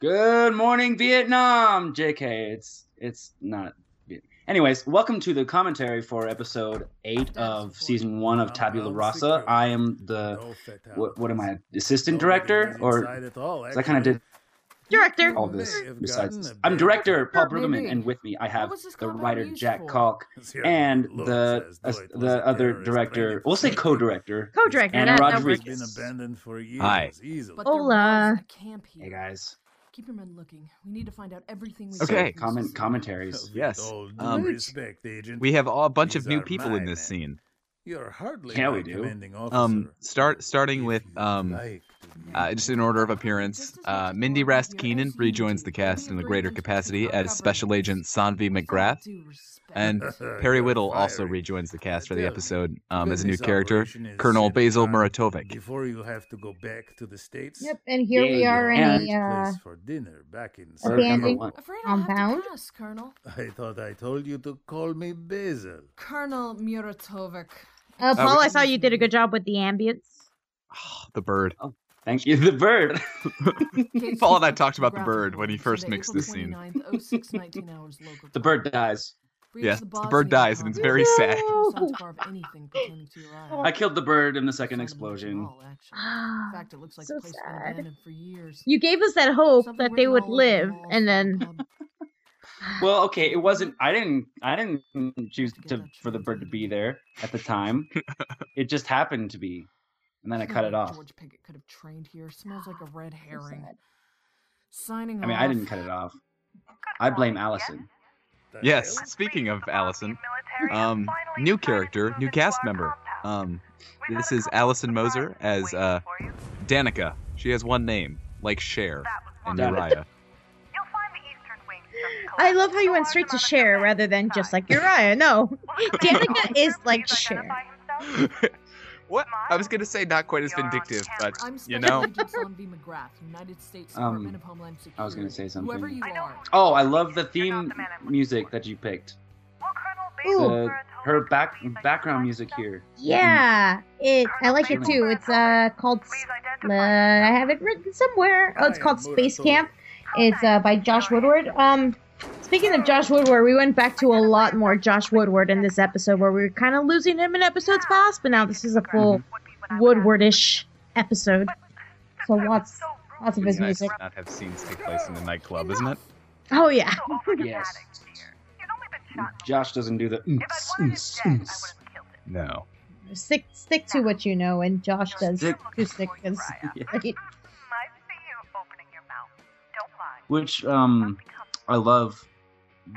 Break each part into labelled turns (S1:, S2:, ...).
S1: Good morning, Vietnam. JK, it's it's not. Viet- Anyways, welcome to the commentary for episode eight of season one
S2: Oh,
S1: of Tabula Rasa. I am the uh, what, what am I? Assistant director or
S3: because
S1: because I kind of did
S4: Director.
S1: all this. Besides, I'm director Paul Brueggemann, and with me I have
S2: was this
S1: the
S2: compound
S1: writer
S2: used
S1: Jack
S2: for?
S1: Kalk and the uh, the other director. We'll say co-director.
S4: Co-director.
S1: Anna
S4: that- that
S3: has
S1: Rodriguez.
S3: been
S4: works.
S3: abandoned for years.
S5: Hi.
S3: easily.
S2: But there
S4: Hola.
S2: was a camp here.
S1: Hey guys.
S2: Keep your men looking. We need to find out everything we
S5: Okay.
S2: can.
S1: Comment commentaries.
S3: With
S5: Yes,
S3: all due
S5: um,
S3: respect, agent.
S5: We have all- a bunch
S3: These
S5: of new
S3: are
S5: people in
S3: my
S5: this
S3: men.
S5: scene.
S3: You're hardly
S1: Yeah, we
S3: my
S1: do.
S3: commanding
S5: Um,
S3: officer.
S5: start starting
S3: If
S5: with
S3: you'd
S5: um,
S3: like to be-
S5: uh, just in order of appearance. Uh, Mindy Rast Keenan rejoins the cast in a greater capacity as Special Agent Sanvi McGrath, and Perry
S3: You're
S5: Whittle also
S3: firing.
S5: rejoins the cast for the
S3: Tell me,
S5: episode um, as a new
S3: Goodness
S5: character,
S3: operation is
S5: Colonel
S3: set
S5: Basil
S3: up
S5: Muratovic.
S3: Before you have to go back to the states.
S6: Yep, and here we
S1: Yeah,
S6: are in
S1: yeah.
S6: a uh,
S3: place for dinner back in
S1: Or number
S6: Abandoned-
S1: one.
S2: Afraid I have
S6: Compound?
S2: to pass, Colonel.
S3: I thought I told you to call me Basil.
S2: Colonel
S6: Uh,
S2: Muratovic.
S5: Uh,
S6: we-
S4: Oh, Paul, I saw you did a good job with the ambience.
S5: the bird.
S1: Thank you. The bird.
S5: Paul and I talked about the bird when he first mixed this scene.
S2: oh
S1: The bird dies.
S5: Yes, the bird dies and it's very sad.
S1: I killed the bird in the second explosion.
S2: In fact, it looks like
S4: So
S2: the place has been
S4: sad.
S2: abandoned for years.
S4: You gave us that hope
S2: Something
S4: that they
S2: written
S4: would
S2: all over the
S4: live,
S2: walls of
S4: and
S2: the
S4: then
S2: pub.
S1: Well, okay, it wasn't. I didn't. I didn't choose to for the bird to be there at the time. it just happened to be, and then I
S2: It's not
S1: cut it
S2: like
S1: off.
S2: George Pickett could have trained here. Smells like a red herring.
S6: sad.
S2: Signing
S1: I mean,
S2: off.
S1: I didn't cut it off. I blame Allison.
S5: Yes, speaking of Allison, um, new character, new cast member. Um, this is Allison Moser as uh, Danica. She has one name, like Cher and
S1: Got it.
S5: Uriah.
S4: I love how you went straight to share rather than just like Uriah. No, Danica is like Cher.
S5: what? I was gonna say not quite as vindictive, but
S2: I'm
S5: you
S2: Special
S5: know.
S2: Agent Sloan V. McGrath, United States
S1: Um,
S2: Department of Homeland Security.
S1: I was gonna say
S2: Whoever
S1: something.
S2: you are,
S1: Oh, I love the theme music that you picked.
S4: Ooh,
S1: The, her back background music here.
S4: yeah, it. I like it too. It's uh called. S- Uh, I have it written somewhere. Oh, it's called Space Camp. It's uh by Josh Woodward. Um, speaking of Josh Woodward, we went back to a lot more Josh Woodward in this episode, where we were kind of losing him in episodes past, but now this is a full Woodwardish episode. So lots, lots of his
S5: Nice to
S4: music.
S5: not have scenes take place in the nightclub, isn't it?
S4: Oh yeah.
S1: Yes. Mm. Josh doesn't do the. mm, "Oomph, oomph, oomph."
S5: No.
S6: Stick, stick to what you know, and Josh does
S1: Stick-
S6: acoustic. Is
S7: Mm,
S6: great.
S1: Which um, I love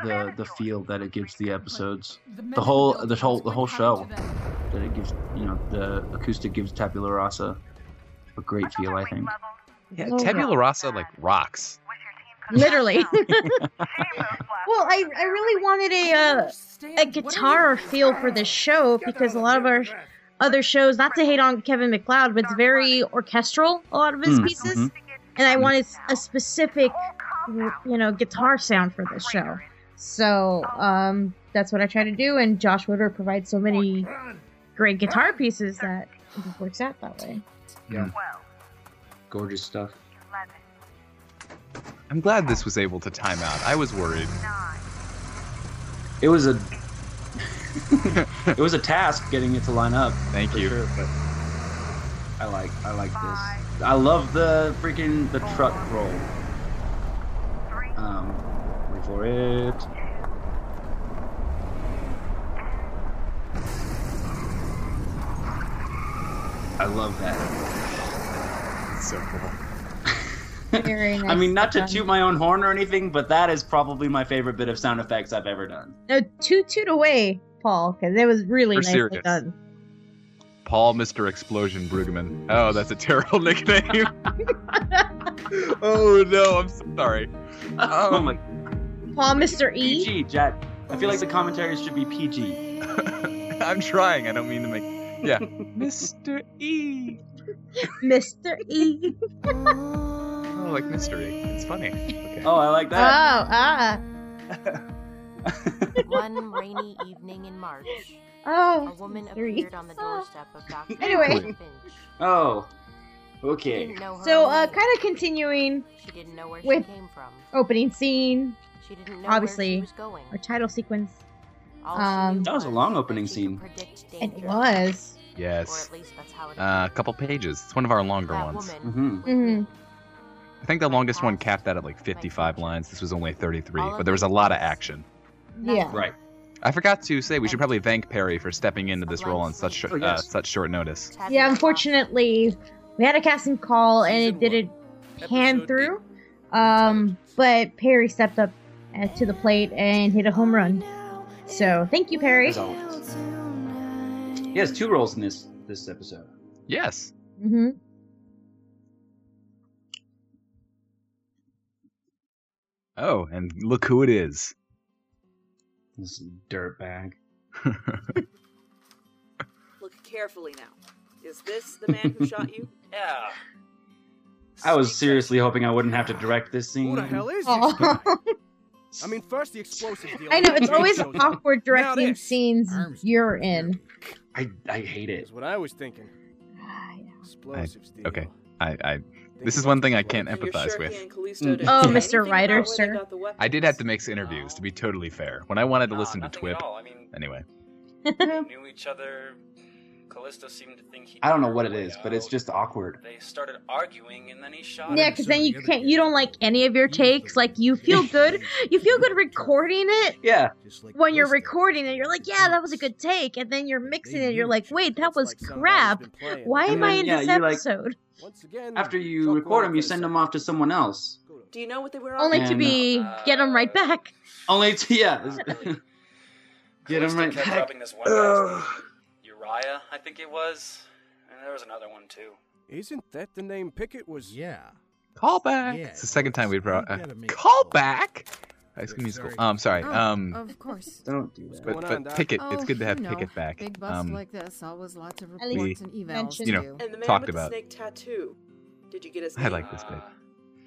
S1: the the feel that it gives the episodes.
S2: the, men
S1: The
S2: in
S1: whole-
S2: building,
S1: the whole- the
S2: what's
S1: whole
S2: going to happen to them?
S1: that it gives you know the acoustic gives tabula rasa a great feel i think
S5: Yeah,
S6: Oh,
S5: Tabula Rasa like rocks.
S4: Literally. well, I, I really wanted a uh,
S2: Understand,
S4: a
S2: what are
S4: guitar
S2: you-
S4: feel for this show because a lot of our other shows, not to hate on Kevin McLeod, but it's very orchestral. A lot of his
S7: Hmm.
S1: Mm,
S4: pieces,
S7: Mm-hmm.
S1: mhm.
S4: and I wanted a specific you know guitar sound for this show. So um, that's what I try to do, and Josh Woodward provides so many great guitar pieces that it just works out that way.
S1: gorgeous stuff
S5: I'm glad this was able to time out. I was worried.
S1: it was a it was a task getting it to line up
S5: Thank
S1: for
S5: you.
S1: sure but i like i like this i love the freaking the truck roll um wait for it i love that
S5: It's so cool.
S6: Very nice.
S1: I mean, not to
S6: done.
S1: toot my own horn or anything, but that is probably my favorite bit of sound effects I've ever done.
S4: No, toot toot away, Paul, because it was really
S5: We're
S4: nicely
S5: serious.
S4: done.
S5: Paul Mr. Explosion Brueggemann. Oh, that's a terrible nickname. oh no, I'm sorry. Um,
S1: Oh my
S4: Paul, Mr. E.
S1: PG, Jet. I feel like the commentaries should be PG.
S5: I'm trying. I don't mean to make. Yeah. Mr. E.
S4: Mr. E.
S5: Oh, like mystery. It's funny. Okay.
S1: Oh, I like
S4: Oh,
S8: Uh,
S1: that.
S4: ah.
S7: One rainy evening in March, a
S4: Oh, E.
S7: woman
S4: three.
S7: appeared on the doorstep of Dr.
S4: Anyway.
S7: Finch.
S1: Oh, Okay.
S7: Didn't know her
S4: So, uh,
S7: name.
S4: kind of continuing
S7: She didn't know where
S4: with-
S7: she came from.
S4: opening scene,
S7: She didn't know
S4: obviously,
S7: where she was going.
S4: our title sequence.
S7: All she
S6: um,
S7: knew
S1: That was a long
S7: that
S1: opening
S7: she
S1: scene.
S7: could predict
S6: It
S7: danger, or
S6: was.
S5: Yes.
S7: at least that's how it
S5: Uh, a
S7: appeared.
S5: couple pages. It's one of our longer
S7: That
S5: ones.
S1: Mhm.
S7: woman
S4: Mm-hmm.
S7: with me,
S5: I think the longest one capped that at like 55 lines. This was only 33, but there was a lot of action.
S6: Yeah.
S7: nothing.
S1: Right.
S5: I forgot to say we should probably thank Perry for stepping into this role on such sh-
S1: Oh,
S5: uh,
S1: yes.
S5: such short notice.
S7: Tabula
S4: Yeah,
S7: rasa.
S4: unfortunately, we had a casting call and it didn't pan through. Um, but Perry stepped up uh, to the plate and hit a home run. So thank you, Perry.
S1: As always. He has two roles in this this episode.
S5: Yes.
S4: hmm
S5: Oh, and look who it is.
S1: This dirtbag.
S9: Look carefully now. Is this the man who shot you?
S1: Yeah. I was seriously hoping I wouldn't have to direct this scene.
S10: Who the hell is this?
S6: Oh,
S10: I mean, first the explosive deal.
S4: I know it's always
S10: Shows up,
S4: awkward directing
S10: this.
S4: scenes
S3: Arms
S4: you're in.
S1: I, I hate it.
S10: Is what I was thinking. Explosives deal.
S5: okay. I, I this is one thing I can't
S9: And you're
S5: empathize
S9: sure he
S5: with.
S9: and Callisto didn't
S1: Oh,
S9: say
S1: Mr.
S9: anything about
S4: Ryder,
S9: where they
S4: sir.
S9: got the weapons?
S5: I did have to mix interviews to be totally fair. When I wanted to
S11: Nah,
S5: listen to
S11: nothing at
S5: Twip,
S11: all. I mean,
S5: anyway.
S11: they knew each other. Callisto seemed to think he.
S1: I don't know
S11: knew
S1: what it
S11: her way
S1: is, but it's
S11: out.
S1: just awkward.
S11: They started arguing, and then he shot.
S4: Yeah,
S11: her.
S4: because then you can't, you don't like any of your takes. Like you feel good, you feel
S10: uh,
S4: good recording it
S1: Yeah.
S4: when you're recording it. You're like, yeah, that was a good take, and then you're mixing it. You're like, wait, that
S10: It's
S4: was
S10: like somebody's
S4: crap.
S10: been playing.
S4: Why
S1: And
S4: am I
S1: then,
S4: in
S1: yeah,
S4: this
S1: you're like-
S4: episode?
S10: Once again,
S1: After
S10: Chuck
S1: you
S10: went
S1: record them,
S10: for
S1: you
S10: a
S1: send
S10: second.
S1: them off to someone else.
S9: Do you know what they were on?
S4: Only to
S1: And, uh,
S4: be get them right back.
S1: Only to, yeah.
S11: Really.
S1: Get him
S11: Callisto
S1: right
S11: kept
S1: back.
S11: robbing this one guy's name, Uriah, I think it was, and there was another one too.
S10: Isn't that the name Pickett was?
S3: Yeah.
S5: Call back.
S3: Yeah,
S5: it's the second time we
S3: Twip,
S5: brought
S3: you
S5: uh,
S3: gotta make a
S5: call
S3: call.
S5: back. High School Musical.
S3: sorry.
S5: Um, sorry.
S2: Oh,
S5: Um,
S8: Of course.
S1: Don't do that.
S5: but
S10: going on,
S5: but
S10: Doc?
S5: Pickett. It's
S8: Oh,
S5: good to have
S8: you know,
S5: Pickett back.
S8: Big buffs
S5: Um,
S8: like this, always lots of
S4: At least
S8: reports and evals.
S4: mentioned-
S8: to
S5: You
S8: do.
S9: And the man
S5: Talked
S9: with
S5: about.
S9: the snake tattoo. Did you get his
S5: I
S9: name?
S5: like this bit.
S11: Uh,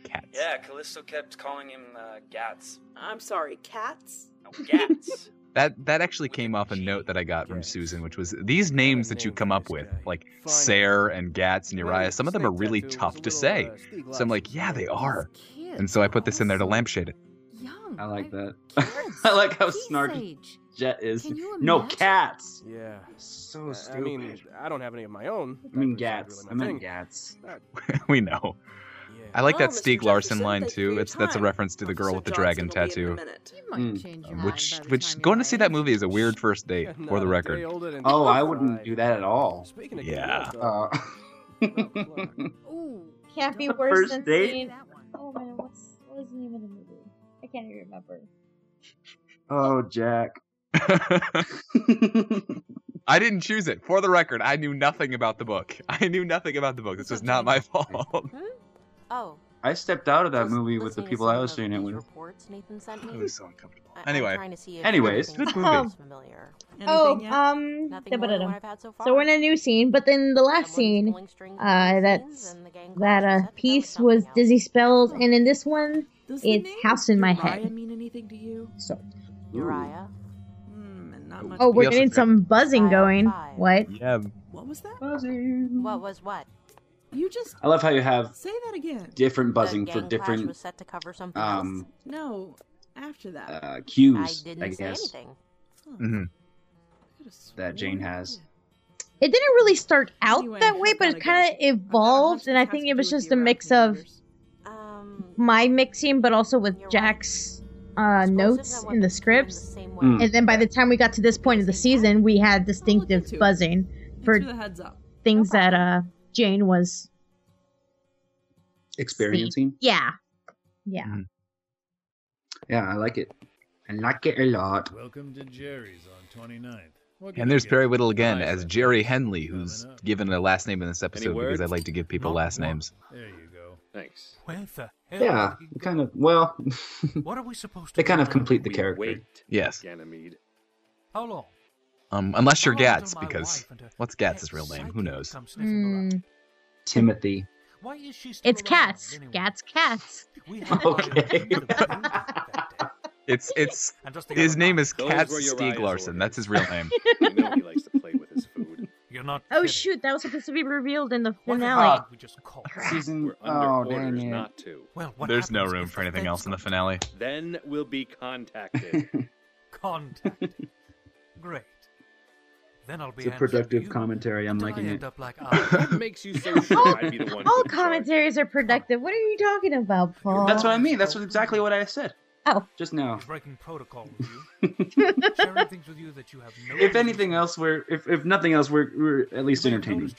S5: Cats.
S11: Yeah, Callisto kept calling him uh, Gats.
S9: I'm sorry, cats.
S11: No, Gats.
S5: That that actually came off a note that I got from
S10: Yes.
S5: Susan, which was these names that you come up with, like Sarah and Gats and Uriah. Some of them are really tough to say. So I'm like, yeah, they are.
S8: Kids
S5: And so I put this in there to
S8: also
S5: lampshade it.
S8: Young.
S1: I like that.
S8: kids,
S1: I like how
S8: kids
S1: snarky
S8: age.
S1: Jet is.
S8: Can you
S1: No,
S8: imagine?
S1: cats.
S10: Yeah.
S1: So
S10: I-
S1: stupid.
S10: I mean, I don't have any of my own.
S1: I mean
S10: That was
S1: Gats. I
S10: not really my
S1: meant
S10: thing.
S1: Gats.
S5: we know.
S10: Yeah.
S5: I like
S9: Well,
S5: that
S9: Mr.
S5: Stieg Larson
S9: Jefferson,
S5: line
S9: thank you for
S5: too.
S9: your
S5: It's that's a
S9: time.
S5: reference to the girl
S9: Officer
S5: with the
S9: Johnson
S5: dragon
S9: will be in a
S5: tattoo,
S9: minute.
S8: You might
S1: Mm.
S8: change your
S5: um,
S8: mind by
S5: which
S8: the
S5: which
S8: time
S5: going
S8: you're
S5: to see
S8: my
S5: that
S8: age.
S5: movie is a weird first date
S10: Not
S5: for the
S10: a day
S5: record.
S10: older than
S1: Oh, I
S10: 25.
S1: wouldn't do that at all.
S10: Speaking of
S5: Yeah.
S10: girls, though,
S1: Uh,
S8: Ooh,
S4: Can't be
S8: don't
S4: worse
S1: First
S4: than
S1: date?
S4: seeing.
S8: that one.
S6: oh man, what's, what was the name of the movie? I can't even remember.
S1: oh, Jack.
S5: I didn't choose it. For the record, I knew nothing about the book. I knew nothing about the book. This was not my fault.
S7: Oh.
S1: I stepped out of that
S7: was
S1: movie with the
S7: listening to
S1: people
S7: some
S1: I
S7: of
S1: was doing it
S7: these
S1: with.
S7: Reports Nathan sent
S5: It
S7: me.
S5: was so uncomfortable.
S7: I- I'm
S5: Anyway,
S7: trying to see if
S1: Anyways,
S7: everything
S5: good
S7: sounds
S5: movie.
S7: Familiar.
S4: Oh,
S2: Anything yet?
S4: um,
S7: Nothing more than what
S4: da-ba-da-dum.
S7: I've had so far.
S4: so we're in a new scene, but then the last scene, uh, that's that uh piece was Dizzy Spells, and in this one,
S2: Does the
S4: it's
S2: name
S4: House in My
S2: Uriah
S4: Head.
S2: mean anything to you?
S4: So,
S7: Uriah.
S2: Hmm, and not much.
S4: oh, we're
S5: also
S4: getting
S5: got-
S4: some buzzing going.
S7: Five.
S4: What?
S5: yeah,
S2: What was that?
S7: What was what?
S2: You just
S1: I love how you have
S2: say that again.
S1: different buzzing
S7: the
S1: for
S7: gang clash
S1: different
S7: was set to cover something
S1: um,
S2: No, after that.
S1: uh,
S7: else.
S1: cues,
S7: I
S1: I,
S7: didn't say
S1: guess.
S7: anything.
S5: Mm-hmm.
S1: that Jane has.
S4: It didn't really start out
S2: Anyway,
S4: that
S2: I
S4: way, but
S2: gotta
S4: it
S2: go.
S4: kind of evolved,
S2: I've got
S4: and I
S2: hunch
S4: think
S2: it has to
S4: it
S2: do
S4: was
S2: with
S4: just a
S2: your
S4: mix
S2: acting
S4: of
S7: Um,
S4: my mixing, but also with
S7: You're right.
S4: Jack's uh,
S7: explosives
S4: notes
S7: are
S4: in the
S7: weapons trained
S4: scripts.
S7: same way.
S1: Mm.
S4: And then by the time we got to this point of the season, we had distinctive
S2: into it.
S4: buzzing
S2: Thanks
S4: for
S2: for the heads up.
S4: things that uh Jane was.
S1: Experiencing.
S4: Yeah, yeah.
S1: Yeah, I like it. I like it a lot.
S3: Welcome to Jerry's on 29th. What can I
S5: And there's
S3: get
S5: Perry
S3: you?
S5: Whittle again
S3: Nice
S5: as
S3: effort.
S5: Jerry Henley, who's
S3: Coming up.
S5: given a last name in this episode because
S10: words?
S5: I like to give people
S10: Not
S5: last
S10: one.
S5: names.
S3: There you go.
S10: Thanks.
S11: Where the hell?
S1: Yeah, kind of. Well,
S11: What are we supposed
S1: They do kind of now? complete the character.
S5: Yes.
S10: Ganymede.
S11: How long?
S5: Um, unless you're
S11: How long
S5: Gats,
S11: until my
S5: because
S11: wife and her
S5: what's Gats'
S11: pet
S5: real name? Who
S11: psychic
S5: knows?
S11: comes sniffing
S9: Hmm.
S11: around?
S4: Mm,
S1: Timothy.
S11: Why is she still
S4: it's
S11: around,
S4: cats.
S11: anyway?
S4: Cats. Cats.
S11: We had a
S1: Okay.
S11: little bit of a feud that day,
S5: It's it's
S11: and just the
S5: his
S11: other
S5: name
S11: night-
S5: is
S10: Those
S5: Kat
S10: were Uriah's
S5: Stieg Larson.
S10: orders.
S5: That's his real name.
S10: You know he likes to play with his food.
S11: You
S12: not.
S4: Oh shoot, that was supposed to be revealed in the
S12: What the
S4: finale.
S12: fuck? We just called.
S1: Season.
S13: We're under
S1: Oh,
S13: orders
S1: dang it.
S13: not to.
S12: Well,
S5: There's no room for anything else in the finale.
S13: Then we'll be contacted.
S12: Contacted. Great. Then I'll be.
S1: It's a
S12: answering
S1: productive
S12: you.
S1: commentary. I'm
S12: Did I
S1: liking
S12: end
S1: it.
S12: up like I?
S13: makes you so sure I'd be the one?
S4: All commentaries are productive. What are you talking about, Paul?
S1: That's what I mean. That's what, exactly what I said.
S4: Oh.
S1: Just now.
S12: breaking protocol with you, sharing things with you that you have no.
S1: If anything else, we're if, if nothing else, we're we're at least entertaining.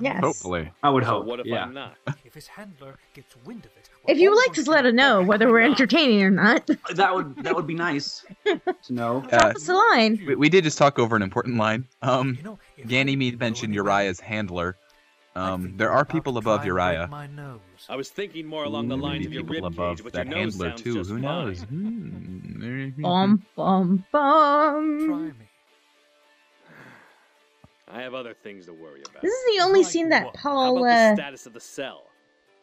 S4: Yes.
S5: Hopefully.
S1: I would
S5: So
S1: hope.
S5: what if
S1: yeah.
S5: I'm
S13: not?
S12: If his handler gets wind of it,
S4: If you would like, just let us know whether we're entertaining or not.
S1: That would that would be nice to know.
S5: Uh,
S4: That's the line.
S5: we, we did just talk over an important line. Um, Ganymede mentioned Uriah's handler. Um, there are people above Uriah.
S12: my nose.
S13: I
S10: Um,
S13: was thinking more along the
S5: Maybe
S13: lines of your
S5: people
S13: rib
S5: above
S13: cage, but your
S5: that
S13: nose
S5: handler
S13: sounds
S5: too.
S13: just fine.
S5: Who knows? Hmm.
S4: Bum bum bum.
S13: I have other things to worry about.
S4: This is the only scene that
S13: How
S4: Paul
S13: about
S4: uh,
S13: the status of the cell?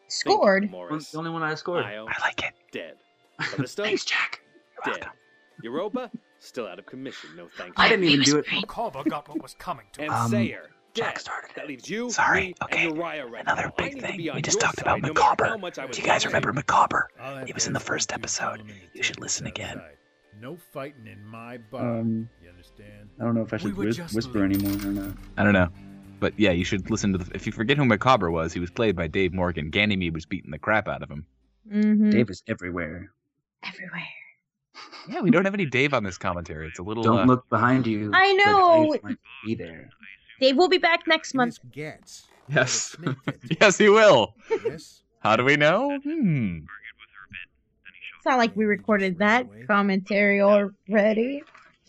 S4: scored.
S13: Morris.
S1: The only one I scored.
S13: Io,
S5: like
S1: Hmm.
S5: it.
S13: Dead. Callisto,
S1: Thanks, Jack.
S13: dead. Europa, still out of commission. No thanks.
S1: I didn't even do it.
S12: Corva got what was coming to
S13: And
S12: us.
S5: Um,
S13: Sayer, dead. That leaves you,
S5: Sorry,
S13: me, and Uriah right Another big thing.
S5: We just talked about
S13: no matter how
S5: Macabre.
S13: much I
S5: Do
S13: was
S5: you guys
S13: wrong.
S5: remember Macabre?
S3: I'll have
S5: It was in the first episode. You should listen again.
S3: No fighting in my body.
S1: Um,
S3: you understand?
S1: I don't know if I
S3: We
S1: should
S3: were
S1: whis-
S3: just
S1: whisper anymore or not.
S5: I don't know. But yeah, you should listen to the. If you forget who Macabre was, he was played by Dave Morgan. Ganymede was beating the crap out of him.
S4: Mm-hmm.
S1: Dave is everywhere.
S4: Everywhere.
S5: Yeah, we don't have any Dave on this commentary. It's a little.
S1: Don't
S5: uh,
S1: look behind you.
S4: I know.
S1: but Dave might be there.
S4: Dave will be back next month.
S5: Yes. yes, he will.
S3: Yes.
S5: How do we know? Hmm.
S4: It's not like we recorded that commentary already.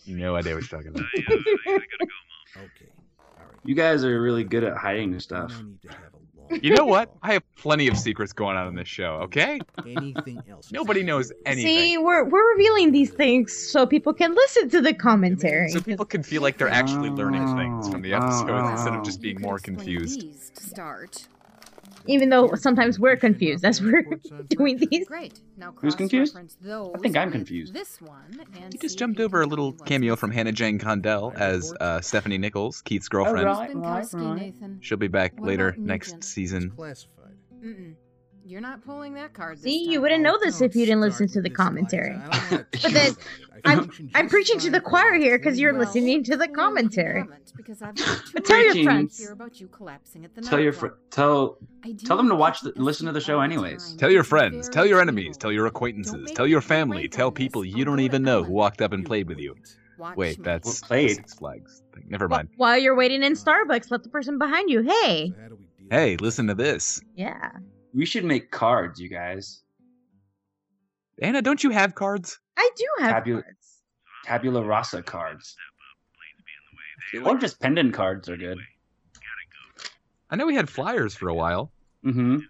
S5: No idea what you're talking about.
S1: You guys are really good at hiding this stuff.
S5: You know what? I have plenty of secrets going on in this show. Okay. Anything else? Nobody knows anything.
S4: See, we're we're revealing these things so people can listen to the commentary.
S5: so people can feel like they're actually learning things from the episodes Oh, instead of just being more confused.
S8: Please to start.
S4: Even though sometimes we're confused as we're doing these.
S8: Great. Now
S5: Who's confused?
S8: cross-reference those.
S5: I think I'm
S8: with
S5: confused.
S8: This one and
S5: You just jumped over a little cameo from Hannah Jane Condell as uh, Stephanie Nichols, Keith's girlfriend.
S8: Right, Nathan.
S5: She'll be back
S8: What
S5: later
S8: about
S5: next
S8: Nugent?
S5: season.
S8: Mm-mm. You're not pulling that card.
S4: See, you wouldn't know this if you didn't listen to the commentary. But then I'm I'm preaching to the choir here because you're listening to the commentary.
S8: because I've got two
S4: But tell your
S8: reasons
S1: friends.
S8: here about you collapsing at the
S1: Tell your fr-
S8: nightclub.
S1: tell
S8: I do
S1: tell them to watch the, listen to the show anyways.
S5: Tell your friends, tell your enemies, tell your acquaintances, tell your family, tell people you don't even know who walked up and played with you. Wait, that's
S1: played?
S5: Six Flags. thing. Never mind.
S4: While you're waiting in Starbucks, let the person behind you. Hey.
S5: Hey, listen to this.
S4: Yeah.
S1: We should make cards, you guys.
S5: Anna, don't you have cards?
S4: I do have
S1: Tabula, tabula rasa cards. Or just pendant cards are good.
S5: I know we had flyers for a while.
S1: Mm-hmm. It's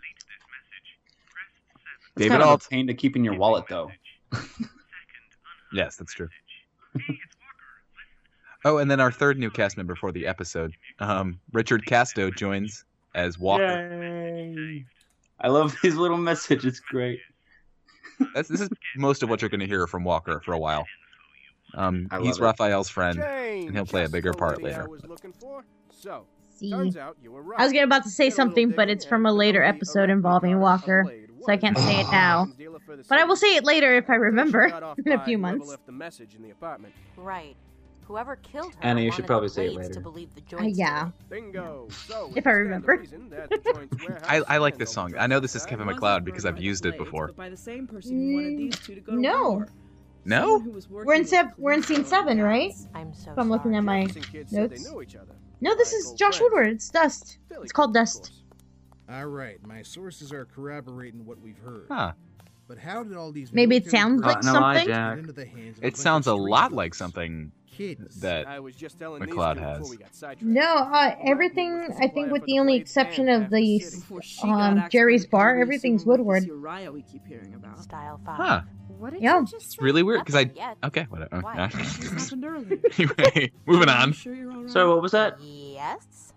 S5: David
S1: kind of
S5: Alt.
S1: a pain to keep in your wallet though.
S5: Yes, that's true. oh, and then our third new cast member for the episode, um, Richard Casto joins as Walker.
S1: Yay. I love his little message. It's great.
S5: That's, this is most of what you're going to hear from Walker for a while. Um,
S1: I love
S5: he's
S1: it.
S5: Raphael's friend,
S10: Jane,
S5: and he'll play a
S10: just
S5: bigger
S10: the
S5: part
S10: lady I
S5: later.
S10: was looking for. So,
S4: See.
S10: turns out you were right.
S4: I was gonna about to say something, but it's from a later episode involving Walker, so I can't say it now. But I will say it later if I
S10: Got
S4: remember
S10: off
S4: in a
S10: by
S4: few
S10: whoever
S4: months.
S10: left the message in the apartment.
S7: Right. Whoever killed her.
S1: Anna, you should
S7: wanted
S1: probably
S7: the
S1: say it
S7: blades
S1: later.
S7: To believe the
S4: Uh,
S7: joints
S4: yeah,
S10: Bingo. So,
S4: if I remember.
S5: I, I like this song. I know this is Kevin McLeod because I've used it before.
S2: By the same person who wanted these two to go to
S4: Mm, No,
S2: war.
S5: No?
S4: we're in sep- we're in scene seven, right?
S7: I'm so.
S4: If I'm looking at my
S10: said they
S4: notes.
S10: know each other.
S4: No, this is Josh Woodward. It's Dust. It's called Dust.
S14: All right, my sources are corroborating what we've heard.
S5: Huh.
S14: But how did all these
S4: Maybe it
S14: military
S4: sounds
S14: personnel
S4: like Uh, no, I, something?
S14: get
S5: Jack.
S14: into the hands of
S5: It
S14: bunch
S5: sounds
S14: of
S5: a lot like something that
S10: I was just telling these
S5: McLeod
S10: two
S5: has.
S10: before we got sidetracked.
S4: No, uh, everything. I think with the only exception of the um, Jerry's bar, everything's Woodward.
S2: Uriah we keep hearing about.
S7: Style five.
S5: Huh.
S8: What did
S4: Yeah.
S8: you just
S5: It's really weird because I.
S7: Yet.
S5: Okay, whatever.
S7: Why?
S2: happened earlier.
S5: anyway, moving on.
S1: So what was that?
S7: Yes.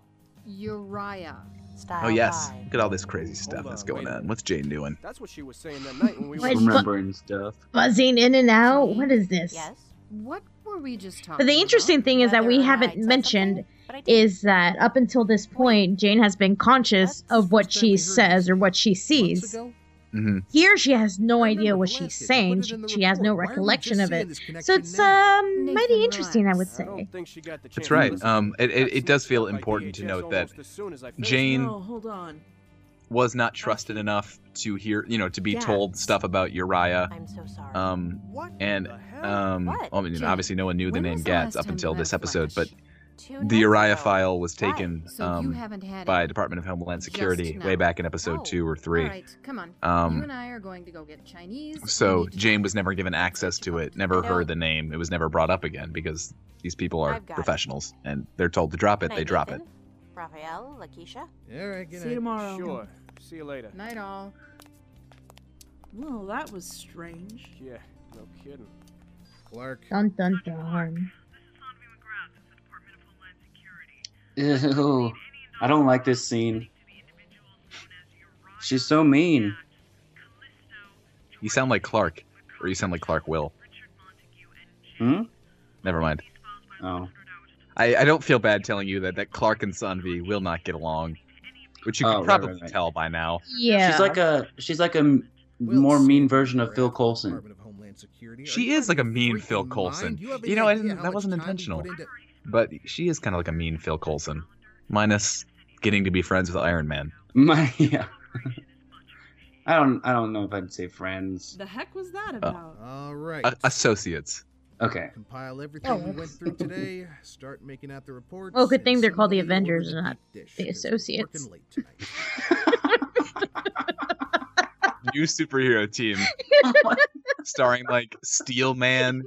S8: Uriah.
S7: Style
S5: Oh, yes.
S7: five.
S5: Look at all this crazy stuff that's going on. What's Jane doing?
S10: That's what she was saying that night when we were
S4: Wait,
S1: Remembering stuff.
S4: Buzzing in and out. What is this?
S7: Yes.
S8: What were we just talking
S4: But the interesting thing is that we haven't mentioned is that up until this point, Jane has been conscious of what she says or what she sees.
S5: Mm-hmm.
S4: Here, she has no idea what she's saying. She, she has no recollection of it. So it's um, mighty interesting, I would say.
S5: That's right. Um, it, it, it does feel important to note that Jane
S2: No, hold on.
S5: was not trusted enough to hear, you know, to be
S2: Yeah.
S5: told stuff about Uriah.
S7: I'm so sorry.
S5: Um, and um, well, I mean,
S7: Jake,
S5: obviously no one knew the
S7: when
S5: name
S7: was the
S5: Gads
S7: last
S5: up
S7: time
S5: until
S7: that
S5: this episode, but
S7: Two
S5: the
S7: nights
S5: Uriah
S7: ago.
S5: file was
S7: Right.
S5: taken
S8: So you
S5: um,
S8: haven't had it
S5: by Department of Homeland
S8: just
S5: Security
S8: now.
S5: way back in episode two or three.
S8: All right, come on.
S5: Um,
S8: you and I are going to go get Chinese. We
S5: So
S8: need to-
S5: Jane was never given access to it, never heard the name. It was never brought up again because these people are
S7: I've got it.
S5: professionals and they're told to drop it,
S7: Night,
S5: they drop it.
S7: Nathan. Raphael, Lakeisha.
S14: All right,
S2: See you
S5: um,
S2: tomorrow.
S10: Sure. See you later.
S8: Night all.
S2: Well, that was strange.
S10: Yeah, no kidding.
S14: Clark.
S3: Oh.
S4: Dun dun dun.
S1: Ew. I don't like this scene. She's so mean.
S5: You sound like Clark, or you sound like Clark Will.
S1: Hmm?
S5: Never mind.
S1: Oh.
S5: I, I don't feel bad telling you that, that Clark and Sanvi will not get along, which you
S1: Oh,
S5: can
S1: right,
S5: probably
S1: right, right.
S5: tell by now.
S4: Yeah.
S1: She's like a she's like a m- more mean version of Phil Coulson.
S5: She is like a mean Phil Coulson.
S14: You have
S5: You
S14: any
S5: know, I
S14: idea
S5: didn't,
S14: how
S5: that
S14: much
S5: wasn't
S14: time you
S5: intentional.
S14: put into-
S5: But she is kind of like a mean Phil Coulson, minus getting to be friends with Iron Man.
S1: My yeah. I don't I don't know if I'd say friends.
S2: The heck was
S5: Uh,
S2: that about?
S14: All right.
S5: A- associates.
S1: Okay.
S14: Compile everything we went through today. Start making out the reports.
S4: Oh. Well, good
S14: and
S4: thing they're called the
S14: somebody order
S4: Avengers
S14: the
S4: and not
S14: deep dish
S4: the
S14: 'cause we're
S4: Associates.
S14: working late.
S5: New superhero team starring like Steel Man,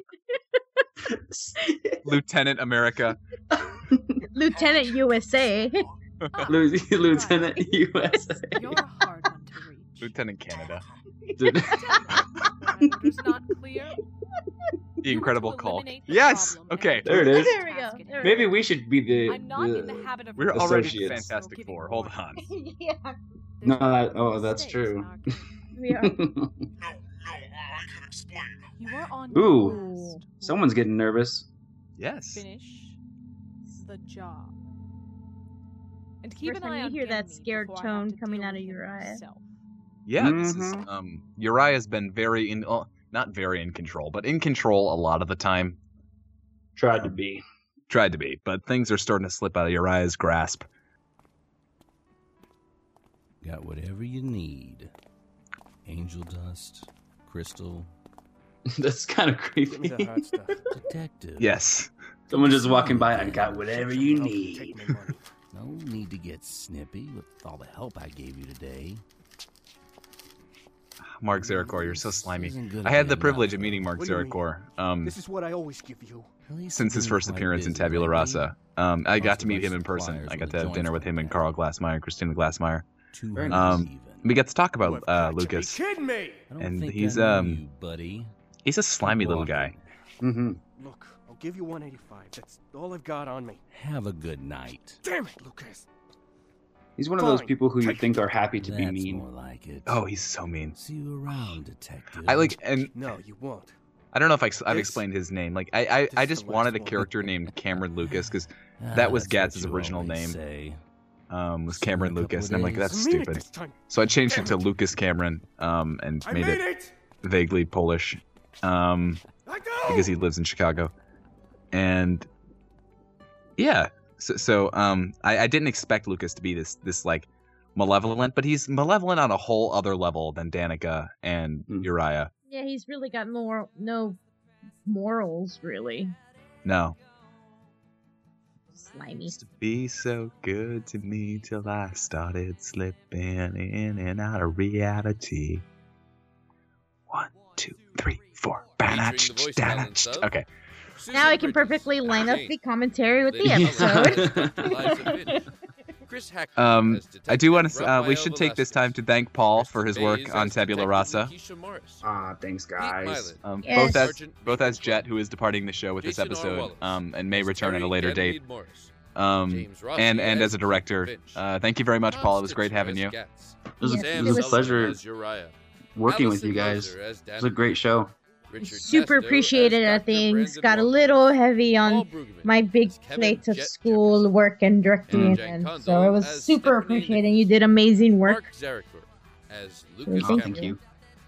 S5: Lieutenant America.
S4: Lieutenant USA.
S1: Lu- Lieutenant USA.
S5: Lieutenant Canada.
S1: Dude.
S15: It's not clear.
S5: The Incredible Hulk. Yes. Okay.
S1: There it is.
S15: we go. There it
S1: Maybe
S15: is.
S1: we should be the,
S15: I'm not in the
S1: the
S15: habit of
S5: We're already the
S1: associates.
S5: Fantastic Four. Hold on.
S15: yeah.
S1: No, that, oh, that's true.
S15: We
S1: are.
S15: You were on your
S2: Mm.
S1: Ooh, someone's getting nervous.
S5: Yes.
S15: Finish the job. And keep
S4: First
S15: an eye
S4: time you
S15: on
S4: hear that
S15: Ganymede
S4: scared
S15: before I have
S4: tone
S15: to
S4: coming
S15: deal
S4: out of
S15: with him
S4: your eye.
S15: myself.
S5: Yeah, this is um Uriah's been very in oh, not very in control, but in control a lot of the time.
S1: Tried to be.
S5: Tried to be, but things are starting to slip out of Uriah's grasp.
S16: Got whatever you need. Angel dust, crystal.
S1: That's kind of creepy.
S16: Detective.
S5: Yes.
S1: Someone just walking by. I got whatever you need.
S16: No need to get snippy with all the help I gave you today.
S5: Mark Zerakor, you're so slimy.
S16: gonna
S5: I had
S16: be
S5: the
S16: enough.
S5: privilege of meeting Mark
S16: What do you mean?
S5: Zerakor um uh,
S10: This is what I always give you.
S5: since his first appearance in Tabula Rasa. Um, I got to meet him in person. I got to have dinner with him and Carl Glassmeyer and Christina Glassmeyer.
S16: Very nice.
S5: Um, we got to talk about uh, Lucas,
S10: Kidding me?
S5: and
S16: think
S5: he's
S16: I
S5: um,
S16: knew you, buddy.
S5: he's a slimy little guy.
S1: Mm-hmm.
S10: Look, I'll give you 185. That's all I've got on me.
S16: Have a good night.
S10: Damn it, Lucas.
S1: He's one of those
S10: Fine.
S1: people who you think are happy to be
S16: That's
S1: mean.
S16: more like it.
S5: Oh, he's so mean.
S16: See you around, detective.
S5: I like and
S10: No, you won't.
S5: I don't know if I, have explained his name. Like I I, I just wanted a Ah, character named Cameron Lucas because that was Gads's original name. Um, was Cameron Lucas, and I'm like,
S16: days.
S5: that's
S16: I made it
S5: stupid.
S16: this time.
S5: So I changed it to Lucas Cameron, um, and
S10: I
S5: made
S10: made
S5: it
S10: it!
S5: vaguely Polish, um, because he lives in Chicago, and yeah. So, so um, I, I didn't expect Lucas to be this this like malevolent, but he's malevolent on a whole other level than Danica and Uriah.
S4: Yeah, he's really got more no morals, really.
S5: No,
S4: Slimy.
S5: Be so good to me till I started slipping in and out of reality. One, two, three, four. Banach, danach. Okay.
S4: Now I can perfectly line up the commentary with the
S5: Yeah.
S4: episode.
S17: Chris Hack.
S5: Um, I do want to. Uh, we should take this time to thank Paul for his work on Tabula Rasa.
S1: Ah, thanks, guys.
S5: Um,
S1: Yes.
S5: Both as both as Jet, who is departing the show with this episode, um, and may return at a later date. Um,
S17: Rossi
S5: and and
S17: as
S5: as a director. Uh, thank you very much, Paul. It was great having you.
S17: It
S1: was a- it was a pleasure working with you guys. It was a great show.
S17: Richard
S4: super
S17: Testo
S4: appreciated
S17: as Dr.
S4: that things
S17: Brandon
S4: got a
S17: Walker.
S4: little heavy on my big
S17: Kevin
S4: plates of
S17: Jet
S4: school work and
S17: And
S4: directing
S17: Jan
S4: and
S17: Kondo
S4: so it was
S17: as
S4: super appreciated you did amazing work
S17: Mark Zaricourt as Lucas
S4: Thank
S17: Cameron.
S1: you.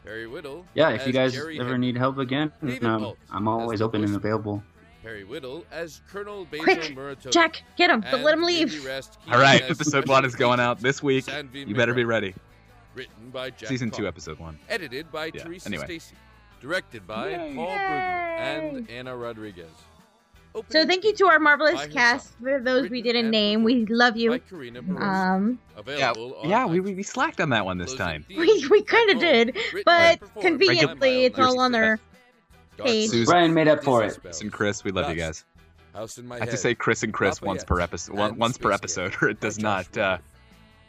S17: Perry Whittle.
S1: Yeah, if
S17: as
S1: you guys
S17: Jerry
S1: ever
S17: Henry.
S1: need help again,
S17: David
S1: um,
S17: Bolt
S1: I'm always open and available.
S17: Perry Whittle as Colonel Basil
S4: Quick,
S17: Muratoki.
S4: Jack, get him, but let him
S17: and
S4: leave.
S17: Izzy Rastkiewicz
S5: All right,
S17: as
S5: episode one is going out this week.
S17: Sanvi
S5: You better be
S17: Mehra.
S5: ready.
S17: Written by Jack
S5: Season two,
S17: Cobb.
S5: episode one.
S17: Edited by
S5: Yeah,
S17: Teresa
S5: anyway.
S17: Stacy. Directed by
S5: Yay.
S17: Paul Brugman and Anna Rodriguez.
S4: so thank you to our marvelous
S17: By
S4: cast for those we didn't name we love you
S17: Karina
S4: um
S5: Yeah, yeah we, we we slacked on that one this time.
S4: we, we kind of did but conveniently it's all on their page
S5: Susan-
S1: Brian made up for it.
S5: Chris and Chris, we love you guys.
S17: House in my
S5: I have to
S17: head.
S5: say Chris and Chris
S17: Papa
S5: once
S17: Yet.
S5: per episode,
S17: And
S5: once per
S17: Space
S5: episode, or it does not uh,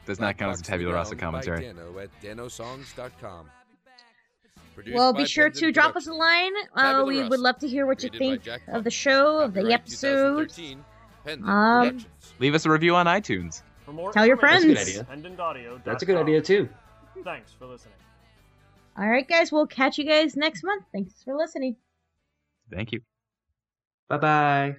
S5: does not count as a tabula rasa
S17: Down by
S5: commentary.
S17: Dano at danosongs.com. Produced
S4: well
S17: by
S4: be sure
S17: Benson
S4: to drop us a line uh,
S17: Tabula
S4: we would
S17: rasa.
S4: love to hear what you
S17: Created by
S4: think
S17: Jack
S4: of the show of the episode um
S5: Leave us a review on iTunes.
S18: For more
S4: Tell your
S18: information,
S4: friends. That's a good
S18: pendantaudio.com.
S5: That's a good idea, too.
S18: Thanks for listening.
S4: all right guys we'll catch you guys next month thanks for listening
S5: Thank you. Bye bye.